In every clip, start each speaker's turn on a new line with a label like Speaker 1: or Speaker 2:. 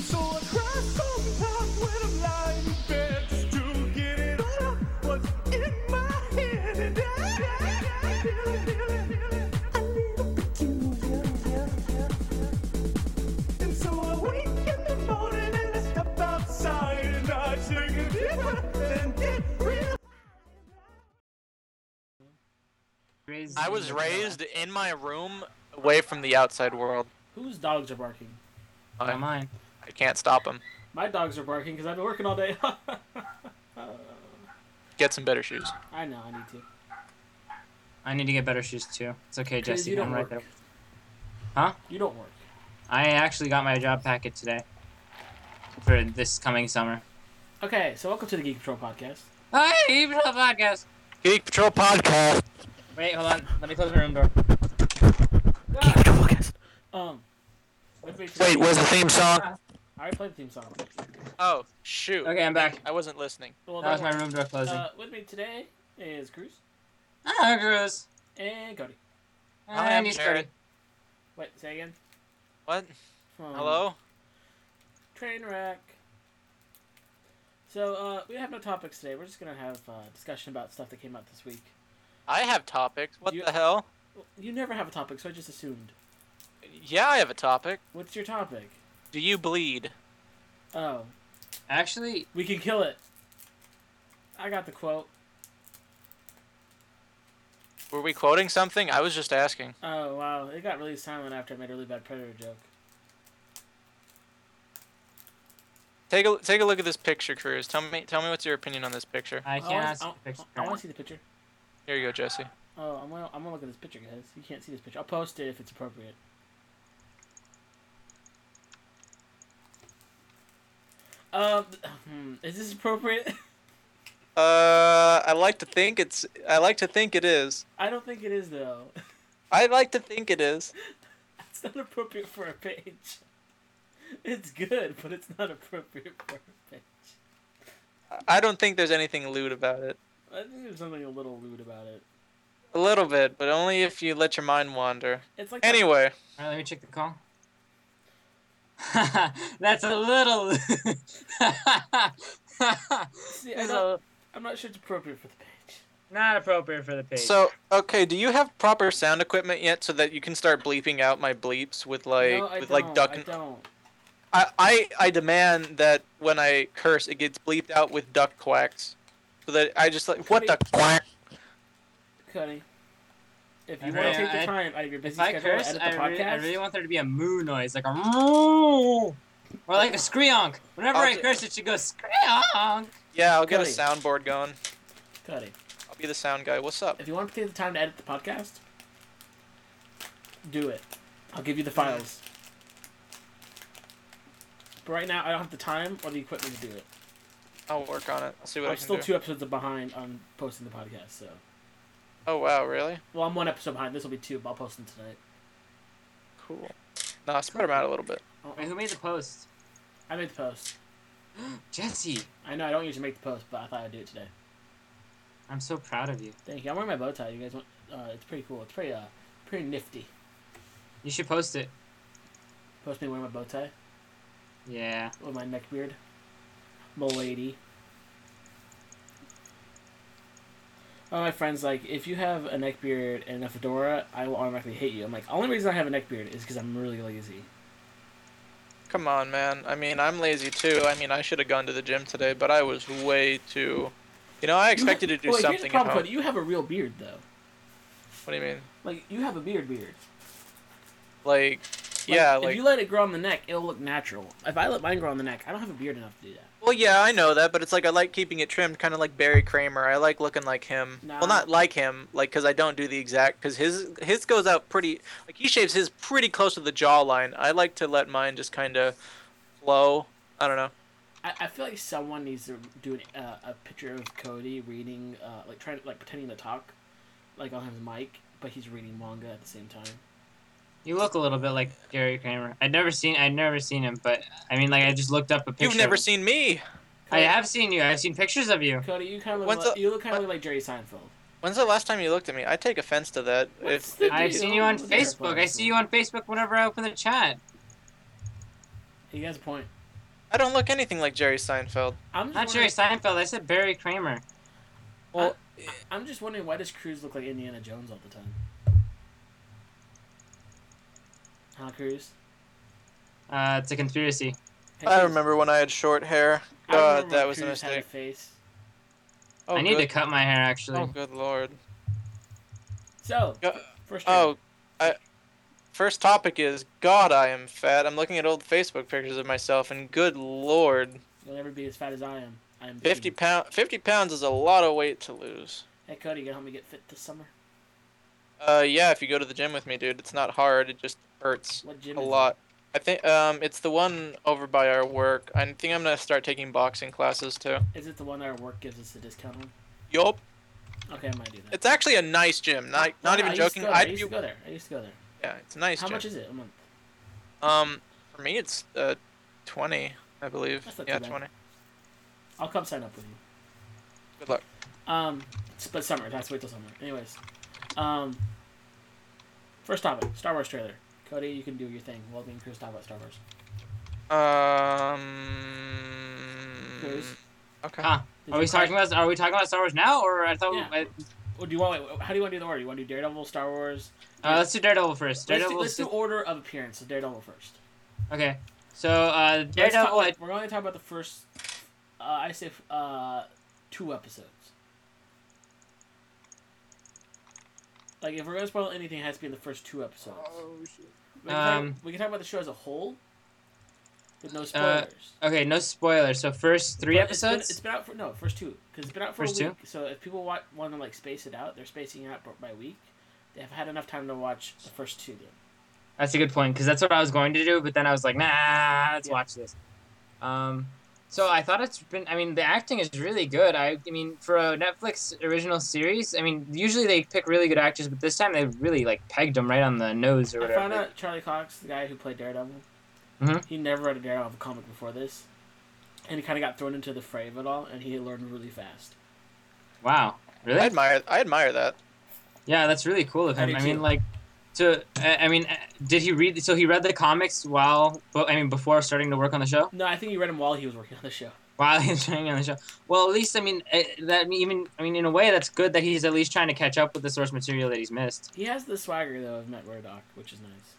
Speaker 1: So I cry sometimes when I'm lying in bed just to get it all out what's in my head. And I, I, I feel it, feel it, feel it. I need a peculiar, yeah, yeah. And so I wake in the morning and I step outside and I take a deep breath and get real.
Speaker 2: Raised
Speaker 3: I
Speaker 2: in
Speaker 3: was
Speaker 2: the-
Speaker 3: raised in my room away from the outside world.
Speaker 2: Whose dogs are barking?
Speaker 3: I-
Speaker 4: Oh, mine.
Speaker 3: I can't stop them.
Speaker 2: My dogs are barking because I've been working all day.
Speaker 3: Get some better shoes.
Speaker 2: I know I need to.
Speaker 4: I need to get better shoes too. It's okay,
Speaker 2: Because
Speaker 4: Jesse.
Speaker 2: you don't
Speaker 4: I'm right
Speaker 2: work.
Speaker 4: there.
Speaker 2: You don't work.
Speaker 4: I actually got my job packet today for this coming summer.
Speaker 2: Okay, so welcome to the Geek Patrol podcast.
Speaker 4: Hi, Evil Podcast.
Speaker 3: Geek Patrol podcast.
Speaker 4: Wait, hold on. Let me close my room door.
Speaker 2: Geek Patrol podcast. Um. what page-
Speaker 3: where's the theme song?
Speaker 2: I already played the theme song.
Speaker 3: Oh shoot.
Speaker 4: Okay, I'm back.
Speaker 3: I wasn't listening.
Speaker 2: Well,
Speaker 4: That was
Speaker 2: don't
Speaker 4: my room door
Speaker 2: worry.
Speaker 4: closing.
Speaker 2: Uh, with me today is Cruz
Speaker 4: Ah, Cruz.
Speaker 2: and Cody.
Speaker 3: Hi, I'm
Speaker 4: And he's
Speaker 3: Jared.
Speaker 4: pretty.
Speaker 2: Wait, say again.
Speaker 3: What?
Speaker 2: Um,
Speaker 3: Hello?
Speaker 2: Train wreck. So uh, we have no topics today. We're just gonna have uh, discussion about stuff that came out this week.
Speaker 3: I have topics. What
Speaker 2: You-
Speaker 3: the hell?
Speaker 2: Well, You never have a topic, so I just assumed.
Speaker 3: Yeah, I have a topic.
Speaker 2: What's your topic?
Speaker 3: Do you bleed?
Speaker 2: Oh,
Speaker 4: Actually,
Speaker 2: we can kill it. I got the quote.
Speaker 3: Were we quoting something? I was just asking.
Speaker 2: Oh wow, it got really silent after I made a really bad predator joke.
Speaker 3: Take a take a look at this picture, Cruz. Tell me tell me what's your opinion on this picture.
Speaker 4: I
Speaker 2: wanna-
Speaker 4: can't see the picture.
Speaker 2: Oh, I want to see the picture.
Speaker 3: Here you go, Jesse.
Speaker 2: Oh, I'm gonna, I'm gonna look at this picture, guys. You can't see this picture. I'll post it if it's appropriate. Um, hmm, is this appropriate?
Speaker 3: Uh, I like to think it's. I like to think it is.
Speaker 2: I don't think it is though.
Speaker 3: I like to think it is.
Speaker 2: It's not appropriate for a page. It's good, but it's not appropriate for a page.
Speaker 3: I don't think there's anything lewd about it.
Speaker 2: I think there's something a little lewd about it.
Speaker 3: A little bit, but only if you let your mind wander.
Speaker 2: It's like
Speaker 3: Anyway,
Speaker 4: All right, let me check the call. That's a little.
Speaker 2: See, I
Speaker 4: That's
Speaker 2: don't,
Speaker 4: a-
Speaker 2: I'm not sure it's appropriate for the page.
Speaker 4: not appropriate for the page.
Speaker 3: so okay, do you have proper sound equipment yet so that you can start bleeping out my bleeps with like
Speaker 2: no, I
Speaker 3: with
Speaker 2: don't.
Speaker 3: like duck and
Speaker 2: I don't.
Speaker 3: I, I I demand that when I curse it gets bleeped out with duck quacks. So that I just like what the quack
Speaker 2: Cody, if you
Speaker 4: I
Speaker 2: want to
Speaker 4: really-
Speaker 2: take the
Speaker 4: I-
Speaker 2: time out of your busy
Speaker 4: If I
Speaker 2: schedule to
Speaker 4: curse,
Speaker 2: edit the
Speaker 4: I really, I
Speaker 2: podcast,
Speaker 4: really want there to be a moo noise, like a moo, or like a screonk. Whenever
Speaker 3: I'll
Speaker 4: I
Speaker 3: do-
Speaker 4: curse, it should go screonk.
Speaker 3: Yeah, I'll get a
Speaker 2: Cody.
Speaker 3: soundboard going.
Speaker 2: Cody,
Speaker 3: I'll be the sound guy. What's up?
Speaker 2: if you want to take the time to edit the podcast, do it. I'll give you the files. But right now, I don't have the time or the equipment to do it.
Speaker 3: I'll work on it. I'll see what i
Speaker 2: I'm
Speaker 3: can
Speaker 2: still
Speaker 3: do.
Speaker 2: two episodes behind on posting the podcast, so.
Speaker 3: Oh wow, really?
Speaker 2: Well, I'm one episode behind. This will be two, but I'll post them tonight.
Speaker 3: Cool. Nah, spread them out a little bit.
Speaker 4: Wait, who made the post?
Speaker 2: I made the post.
Speaker 4: Jesse,
Speaker 2: I know I don't usually make the post, but I thought I'd do it today.
Speaker 4: I'm so proud of you.
Speaker 2: Thank you. I'm wearing my bow tie. You guys want? Uh, it's pretty cool. It's pretty uh, pretty nifty.
Speaker 4: You should post it.
Speaker 2: Post me wearing my bow tie
Speaker 4: Yeah.
Speaker 2: with my neck beard, milady. One of my friends like, if you have a neck beard and a fedora, I will automatically hate you. I'm like, only reason I have a neck beard is because I'm really lazy.
Speaker 3: Come on, man. I mean, I'm lazy too. I mean, I should have gone to the gym today, but I was way too. You know, I expected to do
Speaker 2: Well, here's the
Speaker 3: something at
Speaker 2: problem,
Speaker 3: home.
Speaker 2: Cody. You have a real beard though.
Speaker 3: What do you mean?
Speaker 2: Like you have a beard beard.
Speaker 3: Like,
Speaker 2: Like,
Speaker 3: yeah,
Speaker 2: if
Speaker 3: like.
Speaker 2: you let it grow on the neck, it'll look natural. If I let mine grow on the neck, I don't have a beard enough to do that.
Speaker 3: Well, yeah, I know that, but it's like I like keeping it trimmed, kind of like Barry Kramer. I like looking like him.
Speaker 2: Nah.
Speaker 3: Well, not like him, like because I don't do the exact. Because his his goes out pretty. Like he shaves his pretty close to the jawline. I like to let mine just kind of flow. I don't know.
Speaker 2: I, I feel like someone needs to do an, uh, a picture of Cody reading, uh, like trying, like pretending to talk, like on his mic, but he's reading manga at the same time.
Speaker 4: You look a little bit like Gary Kramer. I'd never seen. I'd never seen him, but I mean, like, I just looked up a picture.
Speaker 3: You've never
Speaker 4: of-
Speaker 3: seen me.
Speaker 4: I have seen you. I've seen pictures of you.
Speaker 2: Cody, you kind of look
Speaker 3: What's
Speaker 2: like,
Speaker 3: the-
Speaker 2: you look kind of
Speaker 4: Uh,
Speaker 3: what-
Speaker 2: look like Jerry Seinfeld.
Speaker 3: When's the last time you looked at me? I take offense to that.
Speaker 2: What's
Speaker 3: If,
Speaker 2: the
Speaker 3: if
Speaker 4: I've
Speaker 3: you-
Speaker 4: seen you on
Speaker 2: What's your
Speaker 4: Facebook. I see you on Facebook whenever I open the chat.
Speaker 2: He has a point.
Speaker 3: I don't look anything like Jerry Seinfeld.
Speaker 2: I'm just
Speaker 4: Not Jerry
Speaker 2: wondering-
Speaker 4: Seinfeld. I said Barry Kramer.
Speaker 3: Well,
Speaker 2: I'm just wondering why does Cruz look like Indiana Jones all the time? Huh, Cruz?
Speaker 4: Uh, it's a conspiracy.
Speaker 2: Hey,
Speaker 3: I
Speaker 2: Cruz?
Speaker 3: remember when I had short hair.
Speaker 2: I remember
Speaker 3: God,
Speaker 2: when
Speaker 3: that was a
Speaker 2: Cruz had
Speaker 3: mistake.
Speaker 2: face.
Speaker 3: Oh,
Speaker 4: I need to
Speaker 3: good.
Speaker 4: cut my hair actually.
Speaker 3: Oh, good lord.
Speaker 2: So,
Speaker 3: Go-
Speaker 2: first
Speaker 3: Oh, I. First topic is God. I am fat. I'm looking at old Facebook pictures of myself, and good lord,
Speaker 2: you'll never be as fat as I am. I am
Speaker 3: fifty
Speaker 2: Cody.
Speaker 3: pound fifty pounds is a lot of weight to lose.
Speaker 2: Hey, Cody, you gonna help me get fit this summer?
Speaker 3: Uh, yeah, if you go to the gym with me, dude, it's not hard. It just hurts
Speaker 2: What gym?
Speaker 3: a
Speaker 2: is it?
Speaker 3: lot. I think um, it's the one over by our work. I think I'm gonna start taking boxing classes too.
Speaker 2: Is it the one our work gives us a discount on?
Speaker 3: Yup.
Speaker 2: Okay, I might do that.
Speaker 3: It's actually a nice gym. Not
Speaker 2: No,
Speaker 3: not
Speaker 2: no,
Speaker 3: even
Speaker 2: I used to
Speaker 3: joking.
Speaker 2: go there, I
Speaker 3: I'd
Speaker 2: used
Speaker 3: be,
Speaker 2: to go there. I used to go there.
Speaker 3: yeah, it's a nice
Speaker 2: How
Speaker 3: gym.
Speaker 2: much is it a month?
Speaker 3: um, for me, it's uh, twenty, I believe.
Speaker 2: That's not
Speaker 3: Yeah,
Speaker 2: too bad.
Speaker 3: twenty.
Speaker 2: I'll come sign up with you.
Speaker 3: Good luck.
Speaker 2: Um, it's- but summer. That's wait till summer. Anyways, um, first topic: Star Wars trailer. Cody, you can do your thing. While me and Chris talk about Star Wars.
Speaker 3: Um.
Speaker 2: Cruz?
Speaker 3: Okay.
Speaker 4: Huh.
Speaker 2: Did
Speaker 4: Are
Speaker 2: you
Speaker 4: we
Speaker 2: cry?
Speaker 4: talking about Are we talking about Star Wars now, or I thought?
Speaker 2: Yeah.
Speaker 4: I,
Speaker 2: Or do you want? Wait, how do you want to do the order? You want to do Daredevil, Star Wars?
Speaker 4: uh, let's do Daredevil first.
Speaker 2: Let's do,
Speaker 4: Daredevil.
Speaker 2: let's do order of appearance. So Daredevil first.
Speaker 4: Okay. So uh,
Speaker 2: Let's
Speaker 4: Daredevil.
Speaker 2: talk-
Speaker 4: I,
Speaker 2: we're going to talk about the first. Uh, I say uh, two episodes. Like if we're going to spoil anything, it has to be in the first two episodes.
Speaker 1: Oh.
Speaker 2: We can,
Speaker 4: Um,
Speaker 2: talk, we can talk about the show as a whole, with no
Speaker 4: Uh,
Speaker 2: spoilers.
Speaker 4: okay, no spoilers. So first three
Speaker 2: But it's been-
Speaker 4: episodes.
Speaker 2: It's been, out for no first two because it's been out for
Speaker 4: First
Speaker 2: a
Speaker 4: two?
Speaker 2: week. So if people want, want to like space it out, they're spacing it out by- by week. They have had enough time to watch the first two. Then
Speaker 4: That's a good point because that's what I was going to do, but then I was like, nah, let's
Speaker 2: Yeah.
Speaker 4: watch this. Um, so I thought it's been. I mean, the acting is really good. I, I mean, for a Netflix original series, I mean, usually they pick really good actors, but this time they really like pegged them right on the nose or
Speaker 2: I
Speaker 4: whatever.
Speaker 2: found out Charlie Cox, the guy who played Daredevil,
Speaker 4: Mhm.
Speaker 2: he never read a Daredevil comic before this, and he kind of got thrown into the fray of it all, and he learned really fast.
Speaker 4: Wow, really?
Speaker 3: I admire. I admire that.
Speaker 4: Yeah, that's really cool of
Speaker 2: I
Speaker 4: him.
Speaker 2: do
Speaker 4: I mean,
Speaker 2: too.
Speaker 4: like, to I I mean, uh, did he read? So he read the comics while, but I mean, before starting to work on the show.
Speaker 2: No, I think he read him while he was working on the show.
Speaker 4: While he's trying on the show. Well, at least I mean eh, that even I mean in a way that's good that he's at least trying to catch up with the source material that he's missed.
Speaker 2: He has the swagger though of Matt Murdock, which is nice.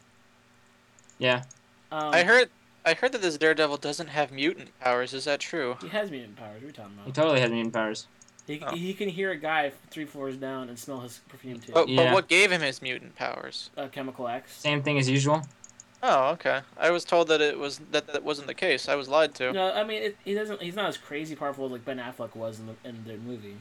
Speaker 4: Yeah.
Speaker 2: Um,
Speaker 4: Oh.
Speaker 3: I heard. I heard that this Daredevil doesn't have mutant powers. Is that true?
Speaker 2: he has mutant powers. What are we talking
Speaker 4: He
Speaker 2: about?
Speaker 4: totally has mutant powers.
Speaker 2: He,
Speaker 3: Oh.
Speaker 2: he can hear a guy three floors down and smell his perfume too.
Speaker 3: But,
Speaker 4: Yeah.
Speaker 3: but what gave him his mutant powers?
Speaker 2: Uh, chemical X.
Speaker 4: Oh. Same thing as usual.
Speaker 3: Oh, okay. I was told that it was that that wasn't the case. I was lied to.
Speaker 2: No, I mean it, he doesn't. He's not as crazy powerful as like Ben Affleck was in the in the movie.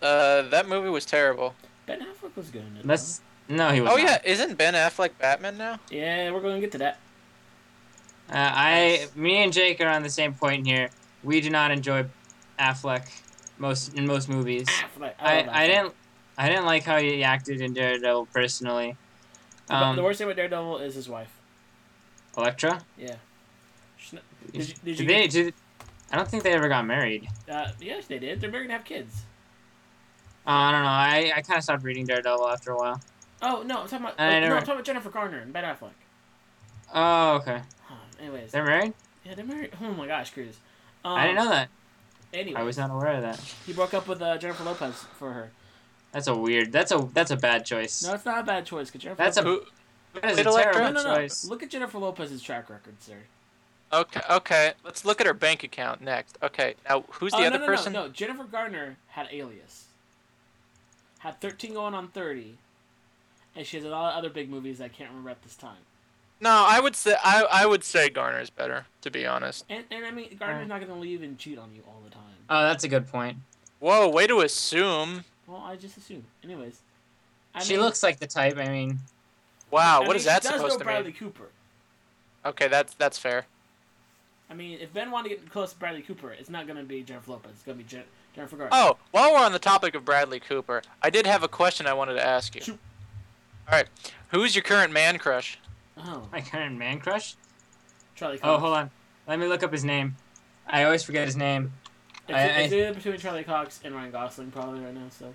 Speaker 3: Uh, that movie was terrible.
Speaker 2: Ben Affleck was good in it.
Speaker 4: That's no, he was.
Speaker 3: Oh
Speaker 4: not.
Speaker 3: yeah, isn't Ben Affleck Batman now?
Speaker 2: though. Yeah, we're going to get to that.
Speaker 4: Uh, I, me and Jake are on the same point here. We do not enjoy Affleck most in most movies.
Speaker 2: Affleck. love
Speaker 4: I, I
Speaker 2: Affleck.
Speaker 4: didn't I didn't like how he acted in Daredevil personally.
Speaker 2: The-
Speaker 4: Um,
Speaker 2: the worst thing about Daredevil is his wife.
Speaker 4: Elektra.
Speaker 2: Yeah. She's not- Did you, did you
Speaker 4: they? Did, I don't think they ever got married.
Speaker 2: get- uh, yes, they did. They're married and have kids.
Speaker 4: Uh, I don't know. I, I kind of stopped reading Daredevil after a while.
Speaker 2: Oh no, I'm talking about.
Speaker 4: I
Speaker 2: oh,
Speaker 4: never-
Speaker 2: no, I'm talking about Jennifer Garner and Ben Affleck.
Speaker 4: Oh, okay.
Speaker 2: Huh, anyways,
Speaker 4: They're married?
Speaker 2: yeah, they're married. Oh my gosh, Cruz. Um,
Speaker 4: I didn't know that.
Speaker 2: Anyway,
Speaker 4: I was not aware of that.
Speaker 2: he broke up with uh, Jennifer Lopez for her.
Speaker 4: That's a weird. That's a that's a bad choice.
Speaker 2: No, it's not a bad choice. Cause Jennifer
Speaker 4: That's a-
Speaker 2: Lopez-
Speaker 3: Who?
Speaker 4: that is a
Speaker 3: Wait, Elektra?
Speaker 2: no,
Speaker 4: terrible
Speaker 2: no, no.
Speaker 4: choice.
Speaker 2: Look at Jennifer Lopez's track record, sir.
Speaker 3: Okay, okay. Let's look at her bank account next. Okay, now who's the
Speaker 2: oh,
Speaker 3: other
Speaker 2: no, no,
Speaker 3: person?
Speaker 2: No, no, Jennifer Garner had Alias. Had 13 going on 30. And she has a lot of other big movies I can't remember at this time.
Speaker 3: No, I would say I, I would say Garner's better, to be honest.
Speaker 2: And, and I mean, Garner's not going to leave and cheat on you all the time.
Speaker 4: Oh, that's a good point.
Speaker 3: Whoa, way to assume.
Speaker 2: Well, I just assume. Anyways. I
Speaker 4: she
Speaker 2: mean-
Speaker 4: looks like the type. I mean,
Speaker 3: Wow,
Speaker 2: I
Speaker 3: what
Speaker 2: mean,
Speaker 3: is that
Speaker 2: she does
Speaker 3: supposed
Speaker 2: know
Speaker 3: to
Speaker 2: Bradley
Speaker 3: mean?
Speaker 2: Cooper.
Speaker 3: Okay, that's that's fair.
Speaker 2: I mean, if Ben wanted to get close to Bradley Cooper, it's not going to be Jennifer Lopez. It's going to be Jen- Jennifer Garner.
Speaker 3: Oh, while we're on the topic of Bradley Cooper, I did have a question I wanted to ask you.
Speaker 2: Shoot.
Speaker 3: All right, who's your current man crush?
Speaker 2: Oh,
Speaker 4: my current man crush.
Speaker 2: Charlie Cox.
Speaker 4: Oh, hold on. Let me look up his name. I always forget his name.
Speaker 2: It's,
Speaker 4: I-
Speaker 2: it's
Speaker 4: I-
Speaker 2: either between Charlie Cox and Ryan Gosling probably right now, so.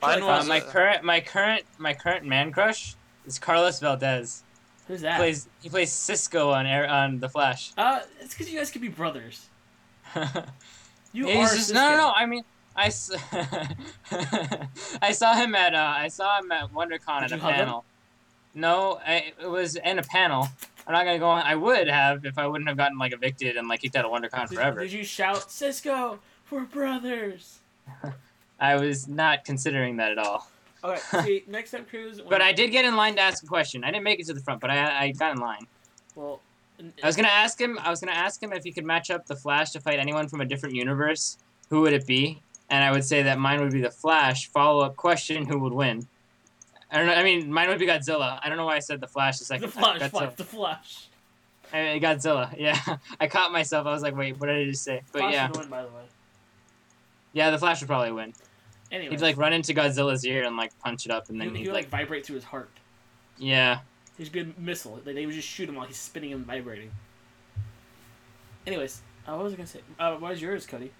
Speaker 3: Mine
Speaker 2: Charlie
Speaker 4: Uh,
Speaker 3: was
Speaker 2: Cox.
Speaker 4: my current, my current, my current man crush is Carlos Valdez.
Speaker 2: Who's that?
Speaker 4: plays he plays Cisco on Air, on The Flash.
Speaker 2: Uh, it's because you guys could be brothers. You
Speaker 4: He's
Speaker 2: are.
Speaker 4: just-
Speaker 2: Cisco.
Speaker 4: no, no, no. I mean, I, s- I saw him at uh, I saw him at WonderCon at
Speaker 2: Did
Speaker 4: a
Speaker 2: you hug him?
Speaker 4: panel. No, I, it was in a panel. I'm not gonna go on. I would have if I wouldn't have gotten like evicted and like kicked out of WonderCon
Speaker 2: Did,
Speaker 4: forever.
Speaker 2: did you shout, Cisco, we're brothers?
Speaker 4: I was not considering that at all.
Speaker 2: Okay, see, next time, Cruz.
Speaker 4: But I did get in line to ask a question. I didn't make it to the front, but I, I got in line.
Speaker 2: Well, n-
Speaker 4: I was gonna ask him. I was gonna ask him if he could match up the Flash to fight anyone from a different universe. Who would it be? And I would say that mine would be the Flash. Follow up question: Who would win? I don't know. I mean, mine would be Godzilla. I don't know why I said the Flash the second
Speaker 2: the flash,
Speaker 4: time.
Speaker 2: flash,
Speaker 4: Godzilla.
Speaker 2: the flash.
Speaker 4: I mean, Godzilla. Yeah, I caught myself. I was like, wait, what did I just say? But
Speaker 2: flash
Speaker 4: yeah,
Speaker 2: would win, by the way.
Speaker 4: yeah, the Flash would probably win.
Speaker 2: Anyway,
Speaker 4: He'd like run into Godzilla's ear and like punch it up, and
Speaker 2: he,
Speaker 4: then
Speaker 2: he
Speaker 4: he'd
Speaker 2: would, like
Speaker 4: like,
Speaker 2: vibrate through his heart.
Speaker 4: yeah,
Speaker 2: He's good missile. Like they would just shoot him while he's spinning and vibrating. Anyways, uh, what was I gonna say? Uh, what was yours, Cody?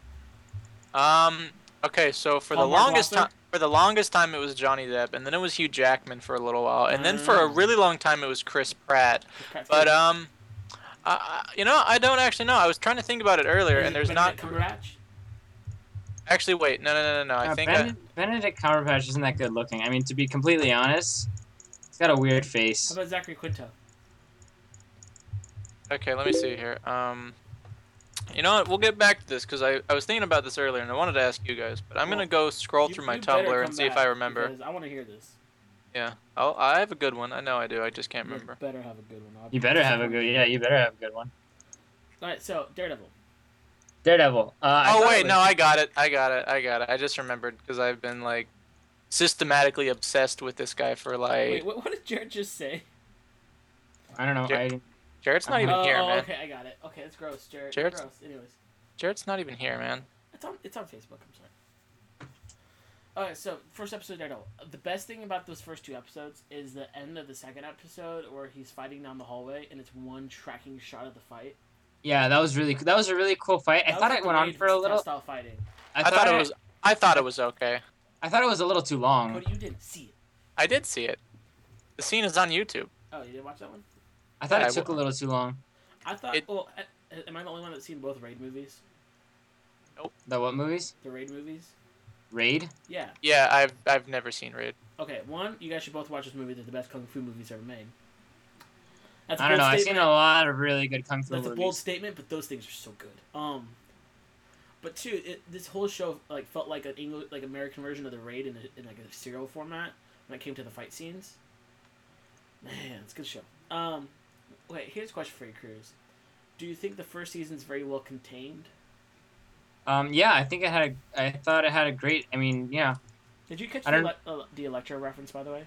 Speaker 3: Um. Okay, so for the
Speaker 2: Hallmark
Speaker 3: longest
Speaker 2: roster?
Speaker 3: time, for the longest time, it was Johnny Depp, and then it was Hugh Jackman for a little while, and then for a
Speaker 2: Oh.
Speaker 4: Mm.
Speaker 3: really long time, it was Chris Pratt. But um, I, I- you know, I don't actually know. I was trying to think about it earlier,
Speaker 2: Is
Speaker 3: and
Speaker 2: it
Speaker 3: there's not
Speaker 2: Benedict Cumberbatch.
Speaker 3: actually. Wait, no, no, no, no, no. I
Speaker 4: Uh,
Speaker 3: think I,
Speaker 4: Ben- Benedict Cumberbatch isn't that good looking. I mean, to be completely honest, he's got a weird
Speaker 2: How
Speaker 4: face.
Speaker 2: about Zachary Quinto?
Speaker 3: Okay, let me see here. Um, you know what? We'll get back to this because I, I was thinking about this earlier and I wanted to ask you guys, but I'm
Speaker 2: Well,
Speaker 3: gonna go scroll
Speaker 2: You-
Speaker 3: through my
Speaker 2: you better
Speaker 3: Tumblr and
Speaker 2: come
Speaker 3: see if
Speaker 2: back,
Speaker 3: I remember.
Speaker 2: because I want to hear this.
Speaker 3: Yeah, I'll, I have a good one. I know I do. I just can't
Speaker 2: You
Speaker 3: remember.
Speaker 2: better have a good one. I'll
Speaker 4: You
Speaker 2: be
Speaker 4: better have a
Speaker 2: disappointed.
Speaker 4: good. Yeah, you better have a good one.
Speaker 2: All right, so Daredevil.
Speaker 4: Daredevil. Uh, I
Speaker 3: oh
Speaker 4: thought
Speaker 3: wait,
Speaker 4: it was-
Speaker 3: no, I got it. I got it. I got it. I just remembered because I've been like systematically obsessed with this guy for like.
Speaker 2: Wait, what, what did Jared just say?
Speaker 4: I don't know.
Speaker 3: Jer-
Speaker 4: I,
Speaker 3: Jared's not even
Speaker 2: oh,
Speaker 3: here,
Speaker 2: oh,
Speaker 3: man.
Speaker 2: okay, I got it. Okay, that's gross, Jared.
Speaker 3: Jared's-
Speaker 2: gross. Anyways,
Speaker 3: Jared's not even here, man.
Speaker 2: it's on it's on Facebook. I'm sorry. All right, so first episode of Daredevil. The best thing about those first two episodes is the end of the second episode where he's fighting down the hallway and it's one tracking shot of the fight.
Speaker 4: yeah, that was really that was a really cool fight. I
Speaker 2: That was
Speaker 4: thought
Speaker 2: like
Speaker 4: it
Speaker 2: the
Speaker 4: went on
Speaker 2: Wade
Speaker 4: for a little.
Speaker 2: Style fighting.
Speaker 4: I
Speaker 3: I thought it was. I thought it was okay.
Speaker 4: I thought it was a little too long.
Speaker 2: Cody, you didn't see it.
Speaker 3: I did see it. The scene is on YouTube.
Speaker 2: Oh, you didn't watch that one?
Speaker 4: I thought
Speaker 3: Yeah,
Speaker 4: it
Speaker 3: I
Speaker 4: took a
Speaker 3: will.
Speaker 4: little too long.
Speaker 2: I thought.
Speaker 3: It-
Speaker 2: well, I, am I the only one that's seen both Raid movies?
Speaker 4: The what movies?
Speaker 2: The Raid movies.
Speaker 4: Raid.
Speaker 2: Yeah.
Speaker 3: Yeah, I've I've never seen Raid.
Speaker 2: Okay. One, you guys should both watch this movie. They're the best kung fu movies ever made. That's a
Speaker 4: I don't know.
Speaker 2: bold
Speaker 4: I've seen
Speaker 2: statement.
Speaker 4: a lot of really good kung fu
Speaker 2: That's a
Speaker 4: movies.
Speaker 2: bold statement, but those things are so good. Um, but two, it, this whole show like felt like an English, like American version of the Raid in, a, in like a serial format when it came to the fight scenes. Man, it's a good show. Um, wait, here's a question for you, Cruz. Do you think the first season's very well contained?
Speaker 4: Um, yeah, I think it had. A, I thought it had a great. I mean, yeah.
Speaker 2: Did you catch
Speaker 4: I
Speaker 2: the,
Speaker 4: don't-
Speaker 2: ele- uh, the Electro reference, by the way?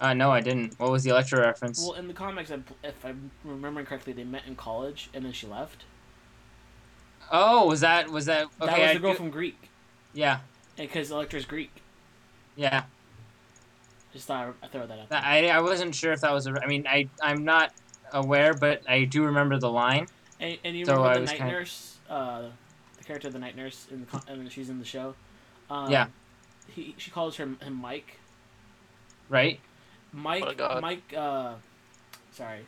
Speaker 4: Uh, no, I didn't. What was the Electra reference?
Speaker 2: Well, in the comics, I, if I'm remembering correctly, they met in college and then she left.
Speaker 4: oh, was that was that? Okay,
Speaker 2: that was
Speaker 4: I
Speaker 2: the girl
Speaker 4: do-
Speaker 2: from Greek,
Speaker 4: yeah,
Speaker 2: because Electra's Greek.
Speaker 4: yeah.
Speaker 2: Just thought I'd throw that out. there.
Speaker 4: That- I I wasn't sure if that was. A, I mean, I I'm not aware, but I do remember the line.
Speaker 2: And, and you
Speaker 4: So
Speaker 2: remember
Speaker 4: I
Speaker 2: the
Speaker 4: was
Speaker 2: night
Speaker 4: kinda-
Speaker 2: nurse, uh, the character of the night nurse, in the co- I mean, she's in the show. Um,
Speaker 4: Yeah.
Speaker 2: He she calls her him Mike.
Speaker 4: Right?
Speaker 2: Mike.
Speaker 3: Oh, God.
Speaker 2: Mike. Uh, sorry,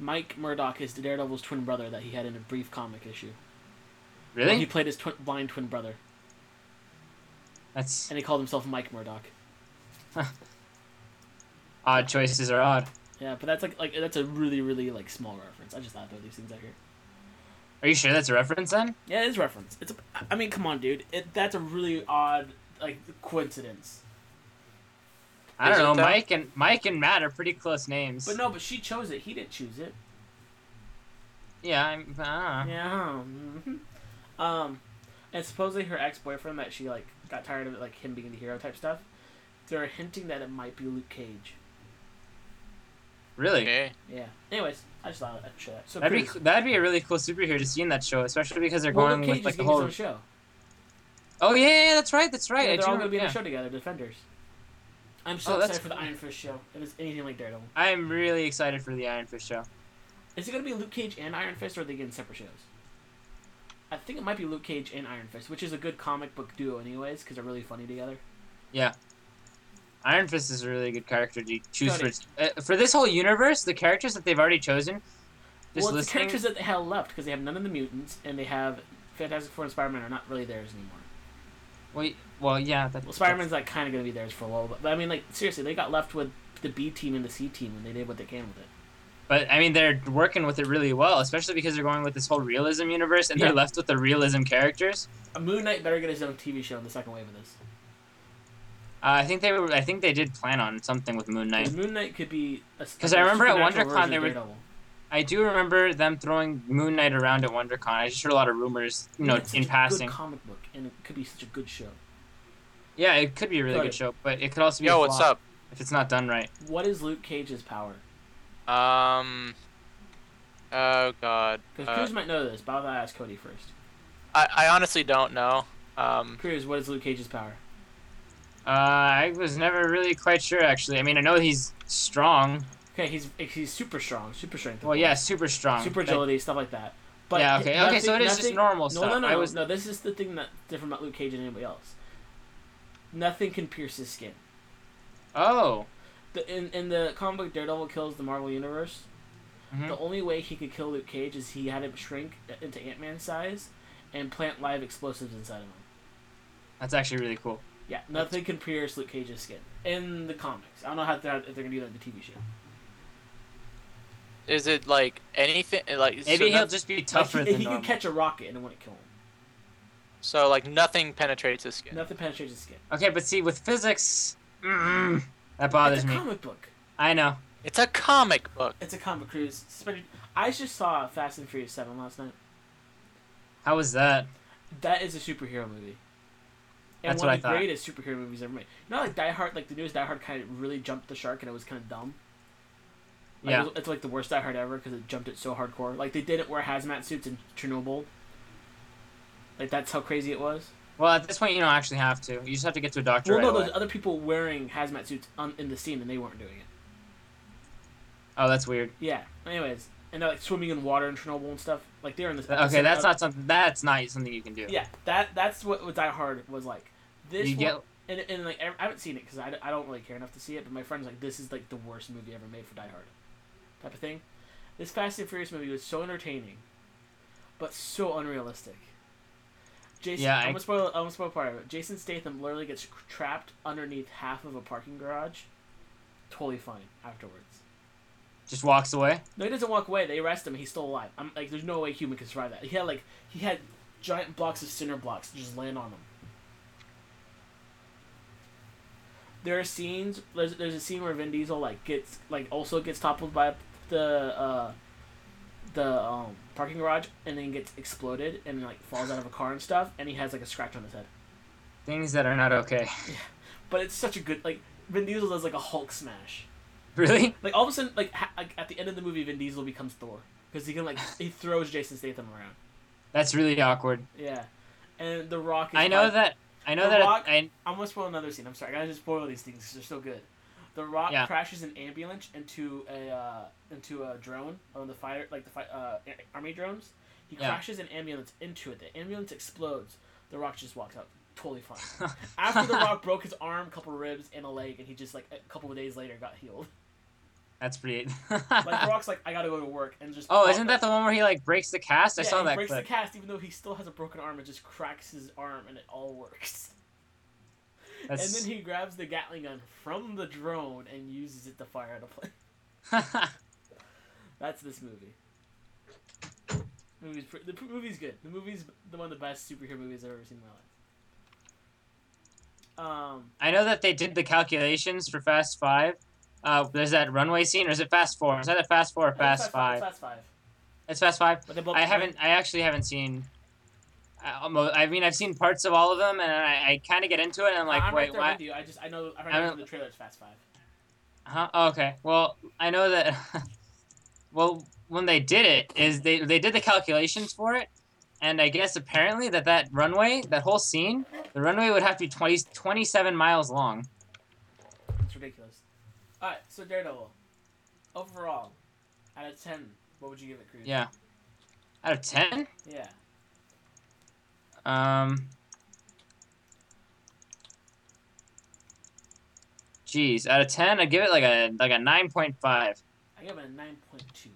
Speaker 2: Mike Murdoch is the Daredevil's twin brother that he had in a brief comic issue.
Speaker 4: Really?
Speaker 2: He played his twin, blind twin brother,
Speaker 4: That's
Speaker 2: and he called himself Mike Murdoch.
Speaker 4: odd. Choices are odd.
Speaker 2: Yeah, but that's like like that's a really really like small reference. I just thought of these things out here.
Speaker 4: Are you sure that's a reference then?
Speaker 2: Yeah, it is reference. It's a, I mean, come on, dude. It, that's a really odd like coincidence.
Speaker 4: I don't
Speaker 3: Is it
Speaker 4: know.
Speaker 3: though?
Speaker 4: Mike and Mike and Matt are pretty close names.
Speaker 2: But no, but she chose it. He didn't choose it.
Speaker 4: Yeah, I'm. I don't know.
Speaker 2: Yeah. mhm. Um, and supposedly her ex-boyfriend that she like got tired of it, like him being the hero type stuff. They're hinting that it might be Luke Cage.
Speaker 4: Really?
Speaker 3: Okay.
Speaker 2: Yeah. Anyways, I just thought I'd show that. So
Speaker 4: That'd be
Speaker 2: Cruz-
Speaker 4: cl- that'd be a really cool superhero to see in that show, especially because they're
Speaker 2: well,
Speaker 4: going
Speaker 2: Luke
Speaker 4: with
Speaker 2: Cage
Speaker 4: like
Speaker 2: is
Speaker 4: the
Speaker 2: getting his
Speaker 4: whole.
Speaker 2: own show.
Speaker 4: Oh yeah, yeah, that's right, that's right.
Speaker 2: Yeah,
Speaker 4: I
Speaker 2: they're
Speaker 4: do
Speaker 2: all going to
Speaker 4: remember-
Speaker 2: be in
Speaker 4: yeah.
Speaker 2: the show together to Defenders. I'm so
Speaker 4: Oh, that's
Speaker 2: excited for the
Speaker 4: cool.
Speaker 2: Iron Fist show. If it's anything like Daredevil,
Speaker 4: I'm really excited for the Iron Fist show.
Speaker 2: is it going to be Luke Cage and Iron Fist, or are they getting separate shows? I think it might be Luke Cage and Iron Fist, which is a good comic book duo, anyways, because they're really funny together.
Speaker 4: Iron Fist is a really good character to choose
Speaker 2: Got
Speaker 4: for. Uh, for this whole universe, the characters that they've already chosen, just
Speaker 2: well, it's the
Speaker 4: listening.
Speaker 2: characters that they have left because they have none of the mutants and they have Fantastic Four and Spider Man are not really theirs anymore.
Speaker 4: Well, y- well, yeah. That,
Speaker 2: Well, Spider Man's like kind of gonna be theirs for a while, but, but I mean, like seriously, they got left with the B team and the C team, and they did what they can with it.
Speaker 4: But I mean, they're working with it really well, especially because they're going with this whole realism universe, and
Speaker 2: Yeah.
Speaker 4: they're left with the realism characters.
Speaker 2: Uh, Moon Knight better get his own TV show in the second wave of this.
Speaker 4: Uh, I think they were. I think they did plan on something with Moon Knight.
Speaker 2: Because Moon Knight could be because
Speaker 4: 'Cause I remember at WonderCon they were- I do remember them throwing Moon Knight around at WonderCon. I just heard a lot of rumors, you know, in passing.
Speaker 2: Good comic book, and it could be such a good show.
Speaker 4: Yeah, it could be a really
Speaker 2: Got
Speaker 4: good
Speaker 2: it.
Speaker 4: show, but it could also be. a
Speaker 3: Yo, what's
Speaker 4: flop
Speaker 3: up?
Speaker 4: If it's not done right,
Speaker 2: What is Luke Cage's power?
Speaker 3: Um. Oh God.
Speaker 2: Because
Speaker 3: Uh,
Speaker 2: Cruz might know this, but I'll ask Cody first.
Speaker 3: I, I honestly don't know. Um.
Speaker 2: Cruz, what is Luke Cage's power?
Speaker 4: uh, I was never really quite sure. Actually, I mean, I know he's strong.
Speaker 2: Okay, he's he's super strong, super strength.
Speaker 4: Well, yeah, super strong.
Speaker 2: super
Speaker 4: Like,
Speaker 2: agility, stuff like that. But
Speaker 4: Yeah, okay, okay, so it is just normal
Speaker 2: no,
Speaker 4: stuff.
Speaker 2: No, no,
Speaker 4: I
Speaker 2: no,
Speaker 4: was-
Speaker 2: no. This is the thing that's different about Luke Cage and anybody else. Nothing can pierce his skin.
Speaker 4: Oh,
Speaker 2: The, in, in the comic book, Daredevil kills the Marvel Universe.
Speaker 4: Mhm.
Speaker 2: The only way he could kill Luke Cage is he had him shrink into Ant Man size and plant live explosives inside of him.
Speaker 4: that's actually really cool.
Speaker 2: Yeah, nothing can pierce Luke Cage's skin in the comics. I don't know how they're, if they're gonna do that in the TV show.
Speaker 3: Is it like anything? Like so,
Speaker 4: Maybe
Speaker 3: no-
Speaker 4: he'll just be tougher
Speaker 2: like, he,
Speaker 4: than
Speaker 2: he
Speaker 4: normal.
Speaker 2: could catch a rocket and it wouldn't kill him.
Speaker 3: so like nothing penetrates his skin.
Speaker 2: Nothing penetrates his skin.
Speaker 4: Okay, but see, with physics, mm, that
Speaker 2: it's
Speaker 4: bothers
Speaker 2: a
Speaker 4: me.
Speaker 2: comic book.
Speaker 4: I know.
Speaker 3: It's a comic book.
Speaker 2: It's a comic cruise. Spend- I just saw Fast and Furious Seven last night.
Speaker 4: How was that?
Speaker 2: That is a superhero movie. And
Speaker 4: That's
Speaker 2: one
Speaker 4: what I
Speaker 2: of the
Speaker 4: thought.
Speaker 2: greatest superhero movies ever made. Not like Die Hard, like the newest Die Hard kind of really jumped the shark, and it was kind of dumb. Like,
Speaker 4: Yeah.
Speaker 2: it was- it's like the worst Die Hard ever because it jumped it so hardcore. Like they didn't wear hazmat suits in Chernobyl. Like that's how crazy it was.
Speaker 4: Well, at this point, you don't actually have to. You just have to get to a doctor
Speaker 2: Well,
Speaker 4: right
Speaker 2: no,
Speaker 4: away.
Speaker 2: there's other people wearing hazmat suits on, in the scene, and they weren't doing it.
Speaker 4: Oh, that's weird.
Speaker 2: Yeah. Anyways, and they're like swimming in water in Chernobyl and stuff. Like they're in this.
Speaker 4: Okay, that's not something. That's not something you can do.
Speaker 2: uh, Yeah, that that's what, what Die Hard was like. This
Speaker 4: You
Speaker 2: one,
Speaker 4: get-
Speaker 2: and, and like I I haven't seen it because I, d- I don't really care enough to see it, but my friend's like, this is like the worst movie ever made for Die Hard, type of thing. This Fast and Furious movie was so entertaining, but so unrealistic. Jason,
Speaker 4: Yeah,
Speaker 2: I'm
Speaker 4: I-
Speaker 2: gonna spoil. I'm gonna spoil part of it. Jason Statham literally gets trapped underneath half of a parking garage. Totally fine afterwards.
Speaker 4: Just walks away.
Speaker 2: No, he doesn't walk away. They arrest him. He's still alive. I'm like, there's no way a human can survive that. He had like he had giant blocks of cinder blocks just land on him. There are scenes. There's there's a scene where Vin Diesel like gets like also gets toppled by the uh, the um, parking garage and then gets exploded and like falls out of a car and stuff and he has like a scratch on his head.
Speaker 4: Things that are not okay.
Speaker 2: But it's such a good like Vin Diesel does like a Hulk smash.
Speaker 4: really?
Speaker 2: Like all of a sudden, like, ha- like at the end of the movie, Vin Diesel becomes Thor because he can like he throws Jason Statham around.
Speaker 4: That's really awkward.
Speaker 2: Yeah, and The Rock. Is
Speaker 4: I know
Speaker 2: like-
Speaker 4: that. I know
Speaker 2: The
Speaker 4: that.
Speaker 2: Rock-
Speaker 4: I,
Speaker 2: I'm gonna spoil another scene. I'm sorry, I gotta just spoil these things because they're so good. The Rock
Speaker 4: Yeah.
Speaker 2: crashes an ambulance into a uh, into a drone on the fire like the fi- uh, a- army drones. He
Speaker 4: Yeah.
Speaker 2: crashes an ambulance into it. The ambulance explodes. The Rock just walks out totally fine. After The Rock broke his arm, couple ribs, and a leg, and he just like a couple of days later got healed.
Speaker 4: that's pretty.
Speaker 2: Like The Rock's like, I gotta go to work, and just
Speaker 4: oh, isn't that the one where he like breaks the cast? I
Speaker 2: yeah,
Speaker 4: saw
Speaker 2: he
Speaker 4: that
Speaker 2: breaks
Speaker 4: clip.
Speaker 2: the cast, even though he still has a broken arm. It just cracks his arm, and it all works.
Speaker 4: That's-
Speaker 2: And then he grabs the Gatling gun from the drone and uses it to fire at a plane. That's this movie. Movie's pre- the p- movie's good. The movie's the one of the best superhero movies I've ever seen in my life. Um,
Speaker 4: I know that they did the calculations for Fast Five. Uh, there's that runway scene, or is it Fast Four? Is that a Fast Four or
Speaker 2: no, it's
Speaker 4: Fast
Speaker 2: Fi-
Speaker 4: Five?
Speaker 2: it's Fast Five.
Speaker 4: It's Fast Five.
Speaker 2: But they both
Speaker 4: I haven't. I actually haven't seen. I, almost, I mean, I've seen parts of all of them, and I, I kind of get into it. And I'm like,
Speaker 2: I'm
Speaker 4: wait,
Speaker 2: right there
Speaker 4: why?
Speaker 2: with you. I just I know I
Speaker 4: I
Speaker 2: heard
Speaker 4: don't-
Speaker 2: from the trailer. It's Fast Five.
Speaker 4: Huh? Oh, okay. Well, I know that. well, when they did it, is they they did the calculations for it, and I guess apparently that that runway, that whole scene, the runway would have to be 20, 27 miles long.
Speaker 2: It's ridiculous. All right, so Daredevil. Overall, out of ten, what would you give it, Cruz?
Speaker 4: Yeah. Out of ten.
Speaker 2: Yeah.
Speaker 4: Um, Jeez, out of ten, I'd give it like a like a nine point five.
Speaker 2: I give it a nine point two.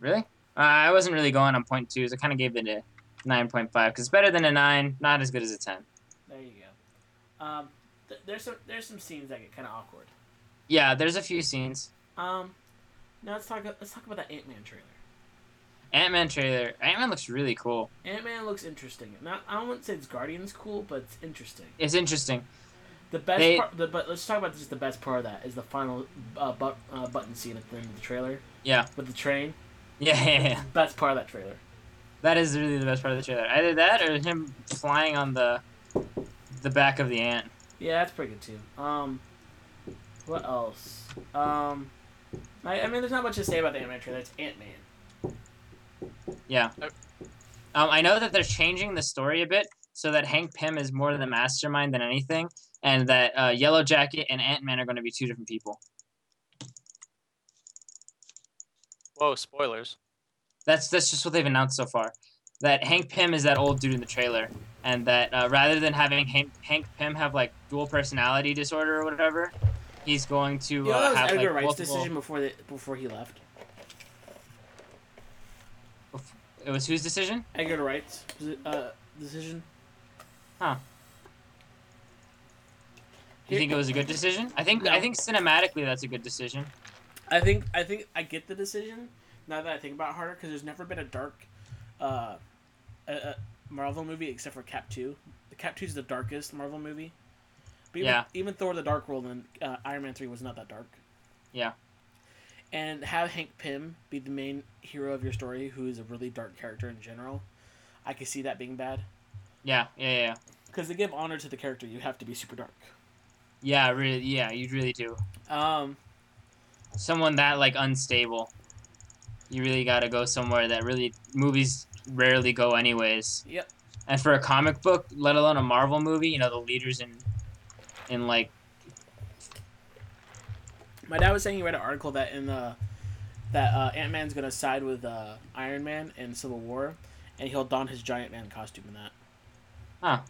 Speaker 4: Really? Uh, I wasn't really going on point twos. I kind of gave it a nine point five because it's better than a nine, not as good as a ten.
Speaker 2: There you go. Um, th- there's some there's some scenes that get kind of awkward.
Speaker 4: Yeah, there's a few scenes.
Speaker 2: Um, now let's talk let's talk about that Ant Man trailer.
Speaker 4: Ant Man trailer. Ant Man looks really cool.
Speaker 2: Ant Man looks interesting. Not I wouldn't say it's Guardians cool, but it's interesting.
Speaker 4: It's interesting.
Speaker 2: The best
Speaker 4: They-
Speaker 2: part, the, but let's talk about just the best part of that is the final uh, but, uh, button scene at the end of the trailer
Speaker 4: Yeah.
Speaker 2: with the train.
Speaker 4: Yeah, yeah, yeah.
Speaker 2: Best part of that trailer.
Speaker 4: That is really the best part of the trailer. Either that or him flying on the the back of the ant.
Speaker 2: Yeah, that's pretty good too. Um, what else? Um, I, I mean, there's not much to say about the Ant Man trailer. It's Ant Man.
Speaker 4: Yeah. Um, I know that they're changing the story a bit so that Hank Pym is more the mastermind than anything, and that uh, Yellow Jacket and Ant Man are going to be two different people.
Speaker 3: Whoa, spoilers.
Speaker 4: That's that's just what they've announced so far. That Hank Pym is that old dude in the trailer, and that uh, rather than having Hank, Hank Pym have like dual personality disorder or whatever, he's going to
Speaker 2: You know,
Speaker 4: uh,
Speaker 2: that was
Speaker 4: have
Speaker 2: Edgar
Speaker 4: like
Speaker 2: Wright's
Speaker 4: multiple.
Speaker 2: decision before the, before he left.
Speaker 4: It was whose decision?
Speaker 2: Edgar Wright's uh, decision.
Speaker 4: You think it was a good decision? I think
Speaker 2: No.
Speaker 4: I think cinematically that's a good decision.
Speaker 2: I think I think I get the decision now that I think about it harder because there's never been a dark, uh, a, a Marvel movie except for Cap Two. The Cap Two is the darkest Marvel movie. But even,
Speaker 4: Yeah.
Speaker 2: Even Thor: The Dark World and uh, Iron Man Three was not that dark.
Speaker 4: Yeah.
Speaker 2: And have Hank Pym be the main hero of your story, who is a really dark character in general. I could see that being bad
Speaker 4: Yeah, yeah, yeah, yeah.
Speaker 2: because to give honor to the character, you have to be super dark.
Speaker 4: Yeah, really, yeah, you really do.
Speaker 2: Um,
Speaker 4: Someone that like unstable, you really got to go somewhere that really movies rarely go anyways.
Speaker 2: Yep.
Speaker 4: And for a comic book, let alone a Marvel movie, you know the leaders in, in like
Speaker 2: My dad was saying he read an article that in the that uh, Ant Man's gonna side with uh, Iron Man in Civil War, and he'll don his giant man costume in that.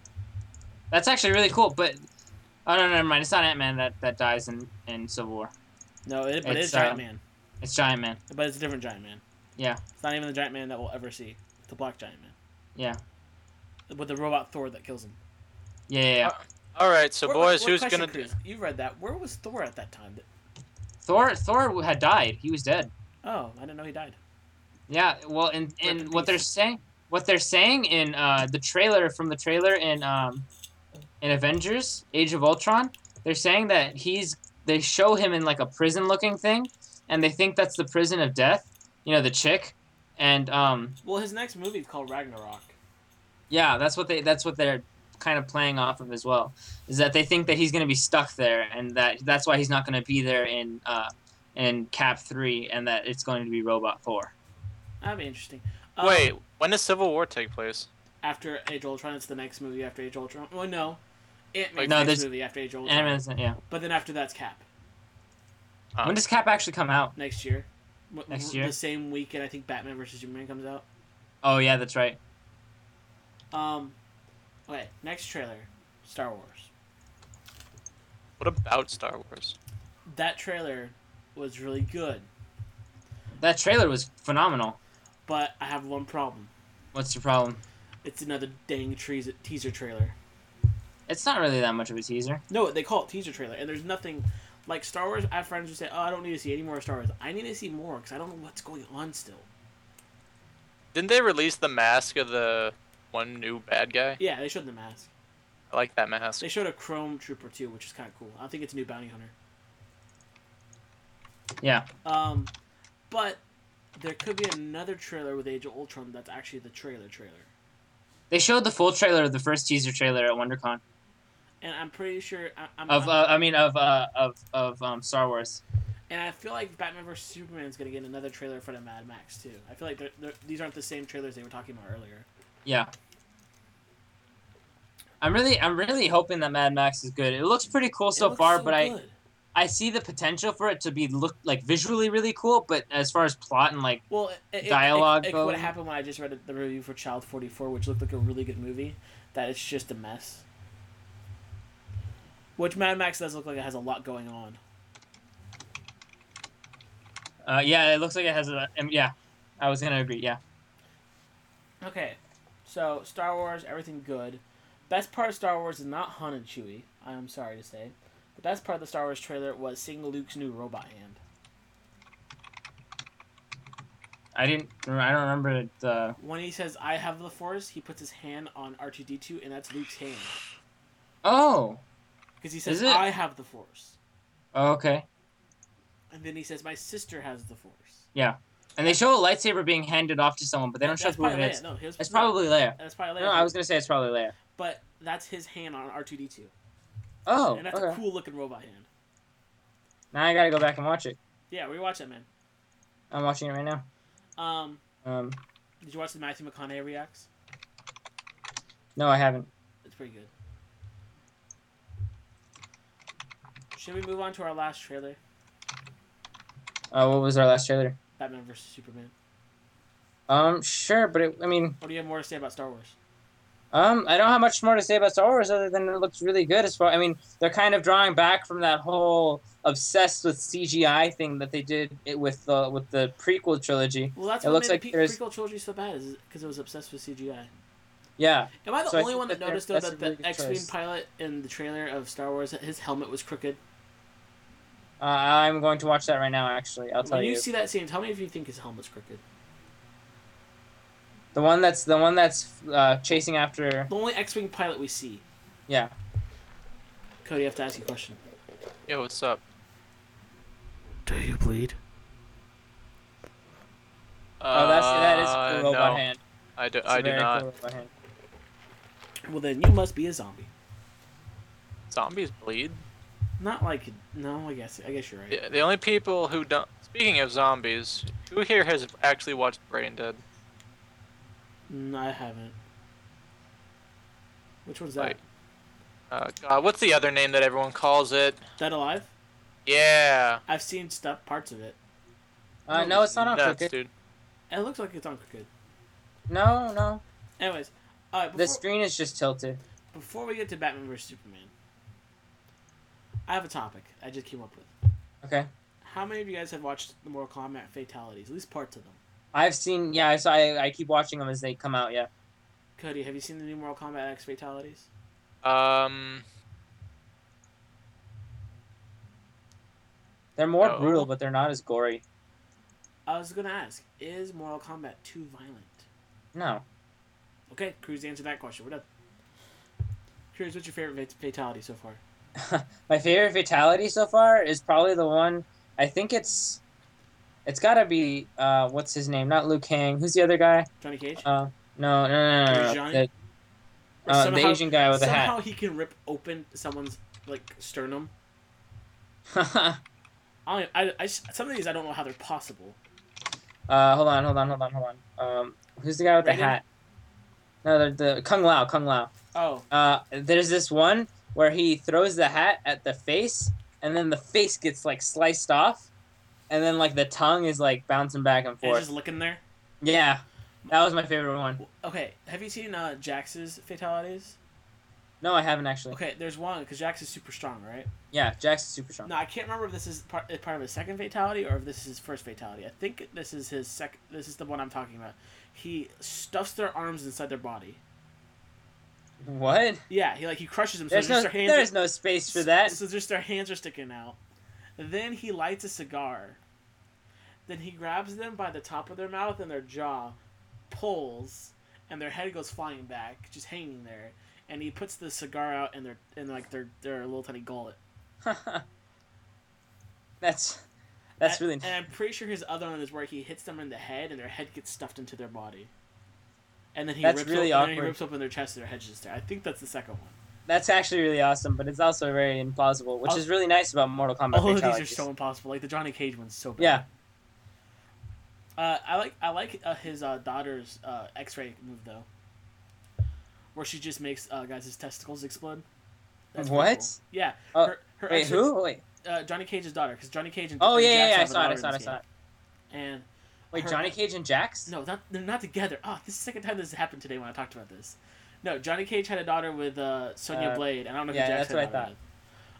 Speaker 4: that's actually really cool. But oh no, no, never mind. It's not Ant Man that that dies in in Civil War.
Speaker 2: No, it, but it's,
Speaker 4: It's,
Speaker 2: Giant
Speaker 4: uh,
Speaker 2: Man,
Speaker 4: It's Giant Man.
Speaker 2: but it's a different Giant Man.
Speaker 4: Yeah.
Speaker 2: It's not even the Giant Man that we'll ever see. It's the Black Giant Man.
Speaker 4: Yeah.
Speaker 2: With the robot Thor that kills him.
Speaker 4: Yeah, yeah.
Speaker 2: Uh,
Speaker 4: yeah.
Speaker 3: All right, so
Speaker 2: Where-
Speaker 3: boys,
Speaker 2: what
Speaker 3: who's
Speaker 2: question,
Speaker 3: gonna?
Speaker 2: Chris? You read that. Where was Thor at that time?
Speaker 4: Thor Thor had died. He was dead.
Speaker 2: Oh, I didn't know he died.
Speaker 4: Yeah, well, and
Speaker 2: in
Speaker 4: and what they're
Speaker 2: peace.
Speaker 4: saying, what they're saying in uh, the trailer from the trailer in um, in Avengers: Age of Ultron, they're saying that he's they show him in like a prison-looking thing, and they think that's the prison of death. You know, the chick, and um,
Speaker 2: Well, his next movie is called Ragnarok.
Speaker 4: yeah, that's what they that's what they're kind of playing off of as well, is that they think that he's gonna be stuck there, and that that's why he's not gonna be there in uh, in Cap Three, and that it's going to be Robot Four.
Speaker 2: That'd be interesting. Um,
Speaker 3: Wait, when does Civil War take place?
Speaker 2: After Age of Ultron, it's the next movie after Age of Ultron. Well, no, Ant
Speaker 4: Like,
Speaker 2: Man's
Speaker 4: no,
Speaker 2: next
Speaker 4: there's-
Speaker 2: movie after Age of Ultron.
Speaker 4: And yeah,
Speaker 2: But then after that's Cap.
Speaker 3: Huh.
Speaker 4: when does Cap actually come out?
Speaker 2: next year. W-
Speaker 4: Next
Speaker 2: w-
Speaker 4: year?
Speaker 2: the same weekend I think Batman versus Superman comes out.
Speaker 4: Oh yeah, that's right.
Speaker 2: Um, okay, next trailer, Star Wars.
Speaker 3: What about Star Wars?
Speaker 2: That trailer was really good,
Speaker 4: That trailer was phenomenal.
Speaker 2: but I have one problem.
Speaker 4: What's your problem?
Speaker 2: It's another dang trees- teaser trailer.
Speaker 4: It's not really that much of a teaser.
Speaker 2: No, they call it teaser trailer, and there's nothing like Star Wars. I have friends who say, "Oh, I don't need to see any more Star Wars. I need to see more because I don't know what's going on still."
Speaker 3: Didn't they release the mask of the one new bad guy?
Speaker 2: Yeah, they showed the mask.
Speaker 3: I like that mask.
Speaker 2: They showed a Chrome Trooper too, which is kind of cool. I think it's a new bounty hunter.
Speaker 4: Yeah.
Speaker 2: Um, but there could be another trailer with Age of Ultron that's actually the trailer trailer,
Speaker 4: They showed the full trailer of the first teaser trailer at WonderCon
Speaker 2: and I'm pretty sure I, I'm,
Speaker 4: of
Speaker 2: I'm-
Speaker 4: uh, I mean of uh, of of um, Star Wars.
Speaker 2: and I feel like Batman vs Superman is gonna get another trailer for the Mad Max too. I feel like they're, they're, these aren't the same trailers they were talking about earlier.
Speaker 4: Yeah. I'm really I'm really hoping that Mad Max is good. It looks pretty cool so far, but I I see the potential for it to be look like visually really cool, but as far as plot and like
Speaker 2: well it- it,
Speaker 4: Dialogue
Speaker 2: It, it,
Speaker 4: going.
Speaker 2: what happened when I just read the review for Child Forty Four, which looked like a really good movie, that it's just a mess. Which Mad Max does look like it has a lot going on.
Speaker 4: Uh, yeah, it looks like it has a. um, Yeah, I was gonna agree. Yeah.
Speaker 2: Okay, so Star Wars, everything good. Best part of Star Wars is not Han and Chewie. I am sorry to say. The best part of the Star Wars trailer was seeing Luke's new robot hand.
Speaker 4: I didn't. I don't remember the.
Speaker 2: When he says "I have the Force," he puts his hand on R2D2, and that's Luke's hand
Speaker 4: Oh.
Speaker 2: because he says
Speaker 4: Is it-
Speaker 2: "I have the Force,"
Speaker 4: Okay.
Speaker 2: and then he says "My sister has the Force."
Speaker 4: And they show a lightsaber being handed off to someone, but they don't show
Speaker 2: that's
Speaker 4: who it
Speaker 2: probably
Speaker 4: is.
Speaker 2: Leia. No, his-
Speaker 4: It's probably Leia.
Speaker 2: that's probably Leia.
Speaker 4: No, I was gonna say it's probably Leia.
Speaker 2: But that's his hand on R2D2,
Speaker 4: Oh.
Speaker 2: and that's a
Speaker 4: Okay.
Speaker 2: cool looking robot hand.
Speaker 4: Now I gotta go back and watch it.
Speaker 2: Yeah, rewatch that man.
Speaker 4: I'm watching it right now.
Speaker 2: Um,
Speaker 4: Um.
Speaker 2: did you watch the Matthew McConaughey reacts?
Speaker 4: No, I haven't.
Speaker 2: It's pretty good. Should we move on to our last trailer,
Speaker 4: Uh, what was our last trailer?
Speaker 2: Batman vs Superman?
Speaker 4: Um. Sure, but it, I mean,
Speaker 2: Or do you have more to say about Star Wars?
Speaker 4: um, I don't have much more to say about Star Wars other than it looks really good. As far I mean, they're kind of drawing back from that whole obsessed with CGI thing that they did it with the with the prequel trilogy.
Speaker 2: Well, that's
Speaker 4: It
Speaker 2: what
Speaker 4: looks
Speaker 2: made
Speaker 4: like
Speaker 2: the pe-
Speaker 4: there's-
Speaker 2: prequel trilogy so bad, is because it was obsessed with CGI.
Speaker 4: Yeah.
Speaker 2: Am I the
Speaker 4: So I
Speaker 2: only
Speaker 4: think
Speaker 2: one that
Speaker 4: that they're-
Speaker 2: noticed though
Speaker 4: that's a
Speaker 2: that
Speaker 4: really
Speaker 2: the
Speaker 4: good
Speaker 2: X-wing
Speaker 4: choice.
Speaker 2: pilot in the trailer of Star Wars, his helmet was crooked?
Speaker 4: Uh, I'm going to watch that right now. Actually, I'll tell
Speaker 2: when you,
Speaker 4: you.
Speaker 2: see that scene, tell me if you think his helmet's crooked.
Speaker 4: The one that's the one that's uh, chasing after.
Speaker 2: The only X-wing pilot we see.
Speaker 4: Yeah.
Speaker 2: Cody, I have to ask you a question.
Speaker 3: Yo, what's up?
Speaker 2: Do you bleed?
Speaker 4: Oh, that's that is
Speaker 3: Uh,
Speaker 4: a cool robot
Speaker 3: no,
Speaker 4: hand.
Speaker 3: I do,
Speaker 4: It's a
Speaker 3: I do
Speaker 4: very
Speaker 3: not.
Speaker 4: cool robot hand.
Speaker 2: Well, then you must be a zombie.
Speaker 3: Zombies bleed.
Speaker 2: Not like no, I guess I guess you're right.
Speaker 3: The the only people who don't. Speaking of zombies, who here has actually watched Brain Dead?
Speaker 2: No, I haven't. Which one's that?
Speaker 3: Like- Uh, God, what's the other name that everyone calls it?
Speaker 2: Dead Alive?
Speaker 3: Yeah.
Speaker 2: I've seen stuff parts of it.
Speaker 4: Uh, no, it's not on
Speaker 3: Nuts,
Speaker 4: crooked.
Speaker 3: dude.
Speaker 2: It looks like it's on Crooked.
Speaker 4: No, no.
Speaker 2: Anyways, uh, before,
Speaker 4: The screen is just tilted.
Speaker 2: before we get to Batman vs Superman, I have a topic I just came up with.
Speaker 4: Okay.
Speaker 2: How many of you guys have watched the Mortal Kombat fatalities? At least parts of them.
Speaker 4: I've seen. Yeah, I saw. I, I keep watching them as they come out. Yeah.
Speaker 2: Cody, have you seen the new Mortal Kombat X fatalities?
Speaker 3: Um,
Speaker 4: They're more
Speaker 3: No.
Speaker 4: brutal, but they're not as gory.
Speaker 2: I was gonna ask, is Mortal Kombat too violent?
Speaker 4: No.
Speaker 2: Okay, Cruz, answer that question. We're done. Cruz, what's your favorite fa- fatality so far?
Speaker 4: My favorite fatality so far is probably the one. I think it's. It's gotta be. Uh, what's his name? Not Liu Kang. Who's the other guy?
Speaker 2: Johnny Cage?
Speaker 4: Uh, no, no, no, no. no.
Speaker 2: Johnny?
Speaker 4: The,
Speaker 2: Or
Speaker 4: uh, the
Speaker 2: somehow-
Speaker 4: Asian guy with the hat.
Speaker 2: Somehow he can rip open someone's like sternum.
Speaker 4: uh,
Speaker 2: I, don't- I, I- some of these I don't know how they're possible.
Speaker 4: Uh, hold on, hold on, hold on, hold on. Um, who's the guy with the
Speaker 2: Raiden?
Speaker 4: hat? No, the, the Kung Lao, Kung Lao.
Speaker 2: Oh,
Speaker 4: Uh, there's this one where he throws the hat at the face, and then the face gets like sliced off, and then like the tongue is like bouncing back and
Speaker 2: and
Speaker 4: forth.
Speaker 2: just looking there.
Speaker 4: Yeah, that was my favorite one.
Speaker 2: Okay, have you seen uh, Jax's fatalities?
Speaker 4: No, I haven't actually.
Speaker 2: Okay, there's one because Jax is super strong, right?
Speaker 4: Yeah, Jack's super strong.
Speaker 2: No, I can't remember if this is part, if part of his second fatality or if this is his first fatality. I think this is his sec. This is the one I'm talking about. He stuffs their arms inside their body.
Speaker 4: What?
Speaker 2: Yeah, he like he crushes them. So
Speaker 4: There's
Speaker 2: just
Speaker 4: no,
Speaker 2: their hands.
Speaker 4: there's no space for that.
Speaker 2: So just their hands are sticking out. Then he lights a cigar. Then he grabs them by the top of their mouth and their jaw, pulls, and their head goes flying back, just hanging there. And he puts the cigar out in their in like their their little tiny gullet.
Speaker 4: that's that's really.
Speaker 2: And I'm pretty sure his other one is where he hits them in the head and their head gets stuffed into their body. And then he
Speaker 4: That's
Speaker 2: rips
Speaker 4: really
Speaker 2: open, and then he
Speaker 4: awkward.
Speaker 2: rips open their chest and their head's just there. I think that's the second one.
Speaker 4: That's actually really awesome, but it's also very implausible, which
Speaker 2: All-
Speaker 4: is really nice about Mortal Kombat.
Speaker 2: All of Oh, these are
Speaker 4: fatalities.
Speaker 2: so impossible. Like the Johnny Cage one's so bad.
Speaker 4: Yeah,
Speaker 2: Uh, I like I like uh, his uh, daughter's uh, X-ray move though, where she just makes uh, guys' his testicles explode. pretty
Speaker 4: What?
Speaker 2: Yeah.
Speaker 4: Oh,
Speaker 2: her, her
Speaker 4: Wait,
Speaker 2: X-ray-
Speaker 4: who? Wait.
Speaker 2: Uh, Johnny Cage's daughter, because Johnny Cage and
Speaker 4: Oh
Speaker 2: and
Speaker 4: yeah, yeah,
Speaker 2: Jax
Speaker 4: yeah. I
Speaker 2: have a
Speaker 4: saw it. I saw it.
Speaker 2: daughter in
Speaker 4: I
Speaker 2: this
Speaker 4: saw it.
Speaker 2: game. And
Speaker 4: Wait,
Speaker 2: Her-
Speaker 4: Johnny Cage and Jax?
Speaker 2: no, not they're not together. Oh, this is the second time this has happened today when I talked about this. No, Johnny Cage had a daughter with uh, Sonya
Speaker 4: Uh,
Speaker 2: Blade, and I don't know who
Speaker 4: yeah,
Speaker 2: Jax
Speaker 4: that's what I
Speaker 2: had a daughter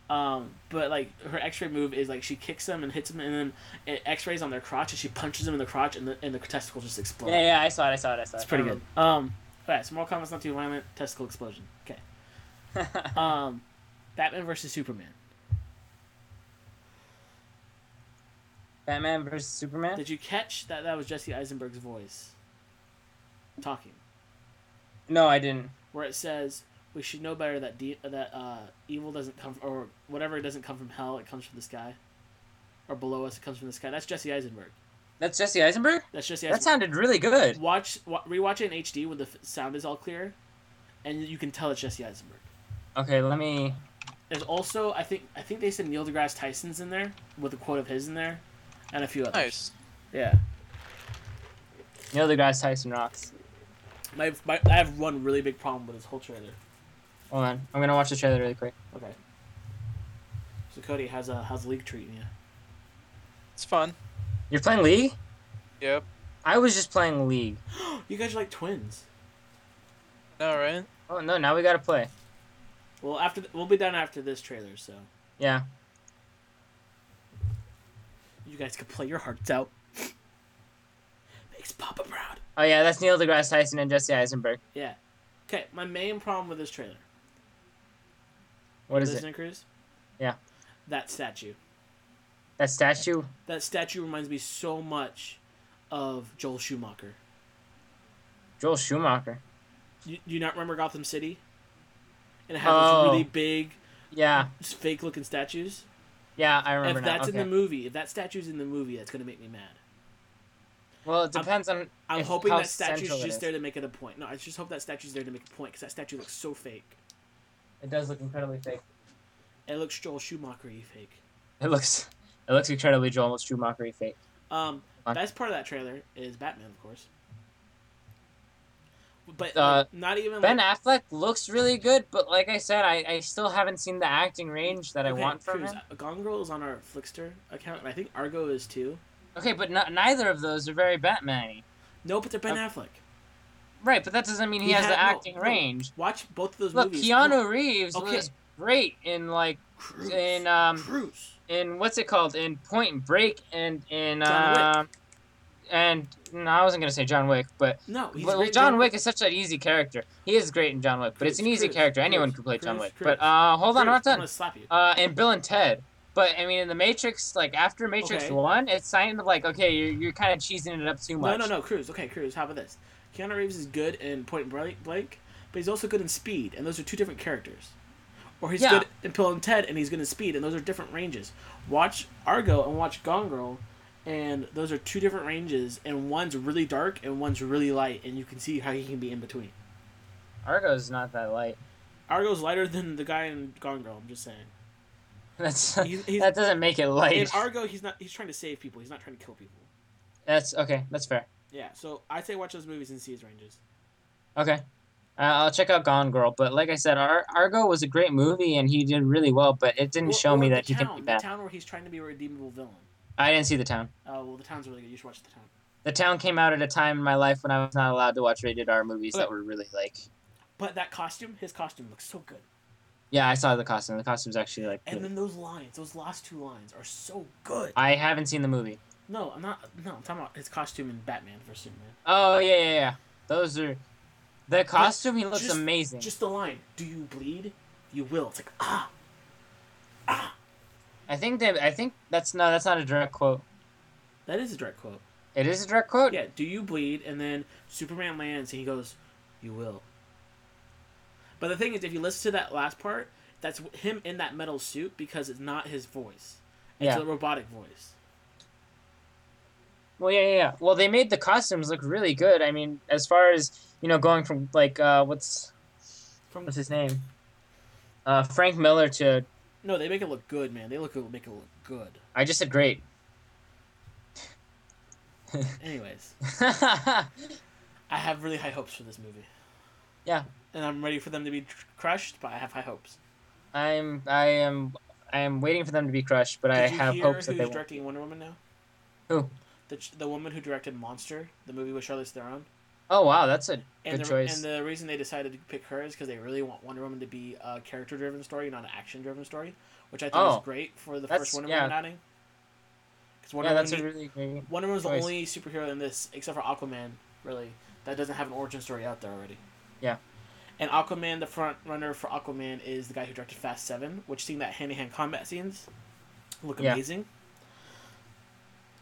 Speaker 4: thought.
Speaker 2: with. Um, but like her X-ray move is like she kicks them and hits them, and then it X-rays on their crotch, and she punches them in the crotch, and the and the testicles just explode.
Speaker 4: Yeah, yeah, I saw it. I saw it. I saw it.
Speaker 2: It's pretty good. Um, all right, so Mortal Kombat's not too violent. Testicle explosion. Okay.
Speaker 4: good.
Speaker 2: Um, Batman versus Superman.
Speaker 4: Batman versus Superman.
Speaker 2: Did you catch that? That was Jesse Eisenberg's voice talking,
Speaker 4: No, I didn't.
Speaker 2: where it says, "We should know better that de- that uh, evil doesn't come from, or whatever doesn't come from hell, it comes from the sky, or below us, it comes from the sky." That's Jesse Eisenberg.
Speaker 4: That's Jesse Eisenberg.
Speaker 2: That's Jesse
Speaker 4: That
Speaker 2: Eisenberg.
Speaker 4: sounded really good.
Speaker 2: Watch wa- rewatch it in HD when the f- sound is all clear, and you can tell it's Jesse Eisenberg.
Speaker 4: Okay, let me.
Speaker 2: There's also I think I think they said Neil deGrasse Tyson's in there with a quote of his in there, and a few others.
Speaker 3: Nice.
Speaker 2: Yeah.
Speaker 4: Neil deGrasse Tyson rocks.
Speaker 2: My, my, I have one really big problem with this whole trailer.
Speaker 4: Hold on, I'm gonna watch the trailer really quick.
Speaker 2: Okay. So Cody, how's uh, how's the league treating you?
Speaker 3: It's fun.
Speaker 4: You're playing League?
Speaker 3: Yep.
Speaker 4: I was just playing League.
Speaker 2: You guys are like twins.
Speaker 3: All right.
Speaker 4: Oh no, now we gotta play.
Speaker 2: Well, after th- we'll be done after this trailer, so
Speaker 4: Yeah.
Speaker 2: you guys can play your hearts out. Makes Papa proud.
Speaker 4: Oh yeah, that's Neil deGrasse Tyson and Jesse Eisenberg.
Speaker 2: Yeah. Okay, my main problem with this trailer.
Speaker 4: What is it?
Speaker 2: Disney Cruise?
Speaker 4: Yeah.
Speaker 2: That statue.
Speaker 4: That statue?
Speaker 2: That statue reminds me so much of Joel Schumacher.
Speaker 4: Joel Schumacher.
Speaker 2: You, do you not remember Gotham City? And it had
Speaker 4: Oh.
Speaker 2: those really big,
Speaker 4: Yeah.
Speaker 2: fake looking statues?
Speaker 4: Yeah, I remember
Speaker 2: if
Speaker 4: now.
Speaker 2: that's
Speaker 4: okay.
Speaker 2: in the movie, if that statue's in the movie, that's gonna make me mad.
Speaker 4: well, it depends on.
Speaker 2: I'm
Speaker 4: if-
Speaker 2: hoping
Speaker 4: how
Speaker 2: that statue's
Speaker 4: central it is.
Speaker 2: just there to make it a point. No, I just hope that statue's there to make a point because that statue looks so fake.
Speaker 4: It does look incredibly fake.
Speaker 2: It looks Joel Schumacher fake.
Speaker 4: It looks. It looks incredibly Joel Schumacher fake.
Speaker 2: Um,
Speaker 4: Fine.
Speaker 2: best part of that trailer is Batman, of course. But
Speaker 4: Uh,
Speaker 2: like, not even
Speaker 4: Ben
Speaker 2: like,
Speaker 4: Affleck looks really good, but like I said, I, I still haven't seen the acting range that I
Speaker 2: Okay,
Speaker 4: want from
Speaker 2: Cruz,
Speaker 4: him.
Speaker 2: Gone Girl is on our Flickster account, and I think Argo is too.
Speaker 4: Okay, but no, neither of those are very Batman-y.
Speaker 2: No, but they're Ben
Speaker 4: Okay.
Speaker 2: Affleck.
Speaker 4: Right, but that doesn't mean he,
Speaker 2: He
Speaker 4: has
Speaker 2: had-
Speaker 4: the
Speaker 2: no,
Speaker 4: acting
Speaker 2: no.
Speaker 4: range.
Speaker 2: Watch both of those
Speaker 4: Look,
Speaker 2: movies.
Speaker 4: Keanu Reeves
Speaker 2: Okay.
Speaker 4: was great in like
Speaker 2: Cruz.
Speaker 4: in um
Speaker 2: Cruz.
Speaker 4: in what's it called in Point Break and in
Speaker 2: John
Speaker 4: um and no, I wasn't gonna say John Wick, but
Speaker 2: No, he's
Speaker 4: but
Speaker 2: great
Speaker 4: John Wick is such an easy character. He is great in John Wick, but it's an
Speaker 2: Cruz,
Speaker 4: easy
Speaker 2: Cruz,
Speaker 4: character. Anyone
Speaker 2: Cruz,
Speaker 4: could play John
Speaker 2: Cruz,
Speaker 4: Wick. But
Speaker 2: Cruz.
Speaker 4: uh, hold on, I'm not
Speaker 2: Cruz, I'm
Speaker 4: done.
Speaker 2: gonna slap you.
Speaker 4: uh, and Bill and Ted. But I mean, in the Matrix, like after Matrix
Speaker 2: Okay.
Speaker 4: One, it's kind of like okay, you're, you're kind of cheesing it up too
Speaker 2: No,
Speaker 4: much.
Speaker 2: no, no, Cruz. Okay, Cruz. How about this? Keanu Reeves is good in Point Blank, blank but he's also good in Speed, and those are two different characters. Or he's
Speaker 4: Yeah.
Speaker 2: good in Pill and Ted, and he's good in Speed, and those are different ranges. Watch Argo and watch Gone Girl, and those are two different ranges, and one's really dark and one's really light, and you can see how he can be in between.
Speaker 4: Argo's not that light.
Speaker 2: Argo's lighter than the guy in Gone Girl. I'm just saying.
Speaker 4: That's
Speaker 2: He's- he's-
Speaker 4: that doesn't make it
Speaker 2: In
Speaker 4: light.
Speaker 2: Argo, he's not. He's trying to save people. He's not trying to kill people.
Speaker 4: That's okay. That's fair.
Speaker 2: Yeah. So I say watch those movies and see his ranges.
Speaker 4: Okay. Uh, I'll check out Gone Girl, but like I said, Ar- Argo was a great movie and he did really well, but it didn't
Speaker 2: Or-
Speaker 4: show
Speaker 2: or
Speaker 4: me
Speaker 2: the
Speaker 4: that he
Speaker 2: town,
Speaker 4: can be
Speaker 2: the
Speaker 4: bad.
Speaker 2: town where he's trying to be a redeemable villain.
Speaker 4: I didn't see The Town.
Speaker 2: Oh well, the town's really good. You should watch the town.
Speaker 4: The Town came out at a time in my life when I was not allowed to watch rated R movies that
Speaker 2: Okay.
Speaker 4: were really like.
Speaker 2: But that costume, his costume looks so good.
Speaker 4: Yeah, I saw the costume. The costume's actually like.
Speaker 2: And
Speaker 4: good.
Speaker 2: then those lines, those last two lines, are so good.
Speaker 4: I haven't seen the movie.
Speaker 2: No, I'm not. No, I'm talking about his costume in Batman vs Superman.
Speaker 4: Oh yeah, yeah, yeah. Those are. The costume. He looks
Speaker 2: just-
Speaker 4: amazing.
Speaker 2: Just the line, "Do you bleed? You will." It's like ah,
Speaker 4: I think they. I think that's no. That's not a direct quote.
Speaker 2: that is a direct quote.
Speaker 4: It is a direct quote.
Speaker 2: Yeah, "Do you bleed?" And then Superman lands, and he goes, "You will." But the thing is, if you listen to that last part, that's wh- him in that metal suit because it's not his voice. It's
Speaker 4: Yeah.
Speaker 2: a robotic voice.
Speaker 4: Well, yeah, yeah, yeah. Well, they made the costumes look really good. I mean, as far as you know, going from like uh, what's
Speaker 2: From
Speaker 4: what's his name, uh, Frank Miller to
Speaker 2: no, they make it look good, man. They look make it look good.
Speaker 4: I just said great.
Speaker 2: Anyways.
Speaker 4: yeah,
Speaker 2: I have really high hopes for this movie.
Speaker 4: Yeah.
Speaker 2: And I'm ready for them to be tr- crushed, but I have high hopes.
Speaker 4: I'm. I am. I am waiting for them to be crushed, but I
Speaker 2: Did you
Speaker 4: have
Speaker 2: hear
Speaker 4: hopes that
Speaker 2: who's
Speaker 4: they won't.
Speaker 2: directing Wonder Woman now?
Speaker 4: Who?
Speaker 2: The, ch- the woman who directed Monster, the movie with Charlize Theron.
Speaker 4: Oh wow, that's a
Speaker 2: And
Speaker 4: good
Speaker 2: the,
Speaker 4: choice.
Speaker 2: And the reason they decided to pick her is because they really want Wonder Woman to be a character-driven story, not an action-driven story, which I thought
Speaker 4: Oh.
Speaker 2: was great for the
Speaker 4: That's-
Speaker 2: first Wonder
Speaker 4: yeah.
Speaker 2: Woman outing. Because Wonder
Speaker 4: yeah,
Speaker 2: Woman,
Speaker 4: that's a really great.
Speaker 2: Wonder Woman's
Speaker 4: choice.
Speaker 2: the only superhero in this, except for Aquaman, really, that doesn't have an origin story out there already.
Speaker 4: Yeah.
Speaker 2: And Aquaman, the front runner for Aquaman, is the guy who directed Fast Seven, which seeing that hand to hand combat scenes look
Speaker 4: Yeah.
Speaker 2: amazing.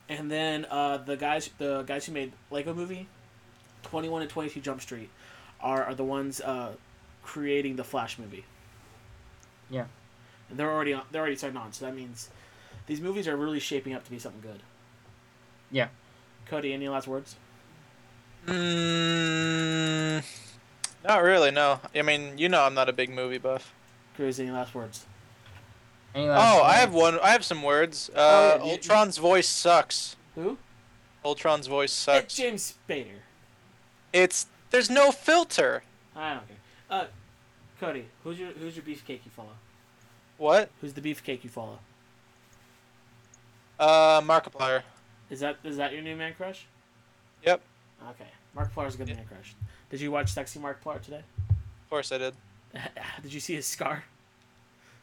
Speaker 2: And then uh, the guys, the guys who made Lego Movie, Twenty One and Twenty Two Jump Street, are, are the ones uh, creating the Flash movie.
Speaker 4: Yeah.
Speaker 2: And they're already on, they're already signed on, so that means these movies are really shaping up to be something good.
Speaker 4: Yeah.
Speaker 2: Cody, any last words?
Speaker 3: Mm, not really. No. I mean, you know, I'm not a big movie buff.
Speaker 2: Cruz, any last words?
Speaker 4: Any
Speaker 3: Oh,
Speaker 4: last
Speaker 3: I
Speaker 4: words?
Speaker 3: have one. I have some words.
Speaker 2: Oh,
Speaker 3: Uh,
Speaker 2: yeah, you-
Speaker 3: Ultron's voice sucks.
Speaker 2: Who?
Speaker 3: Ultron's voice
Speaker 2: It's
Speaker 3: sucks.
Speaker 2: James Spader.
Speaker 3: It's there's no filter.
Speaker 2: I don't care. Uh, Cody, who's your who's your beefcake you follow?
Speaker 3: What?
Speaker 2: Who's the beefcake you follow?
Speaker 3: Uh, Markiplier.
Speaker 2: Is that is that your new man crush?
Speaker 3: Yep.
Speaker 2: Okay, Markiplier's a good man crush. Did you watch Sexy Markiplier today?
Speaker 3: Of course I did.
Speaker 2: Did you see his scar?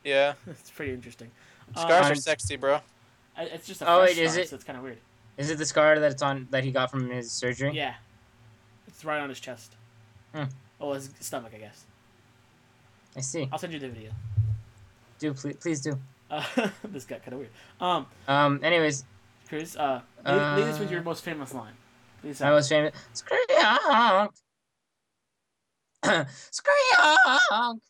Speaker 3: Yeah.
Speaker 2: it's pretty interesting. Uh,
Speaker 3: Scars are
Speaker 4: I'm-
Speaker 3: sexy, bro.
Speaker 2: I- it's just a
Speaker 4: Oh,
Speaker 2: fresh
Speaker 4: wait, is
Speaker 2: scar,
Speaker 4: it-
Speaker 2: so it's kind of weird.
Speaker 4: Is it the scar that it's on that he got from his surgery?
Speaker 2: Yeah, it's right on his chest.
Speaker 4: Hmm.
Speaker 2: Oh, his stomach, I guess.
Speaker 4: I see.
Speaker 2: I'll send you the video.
Speaker 4: Do please, please do.
Speaker 2: Uh, this got kind of weird. Um,
Speaker 4: Um. Anyways,
Speaker 2: Chris, uh, lead, lead us with your most famous line. Lead us
Speaker 4: my
Speaker 2: out.
Speaker 4: most famous. Skunk. Skunk.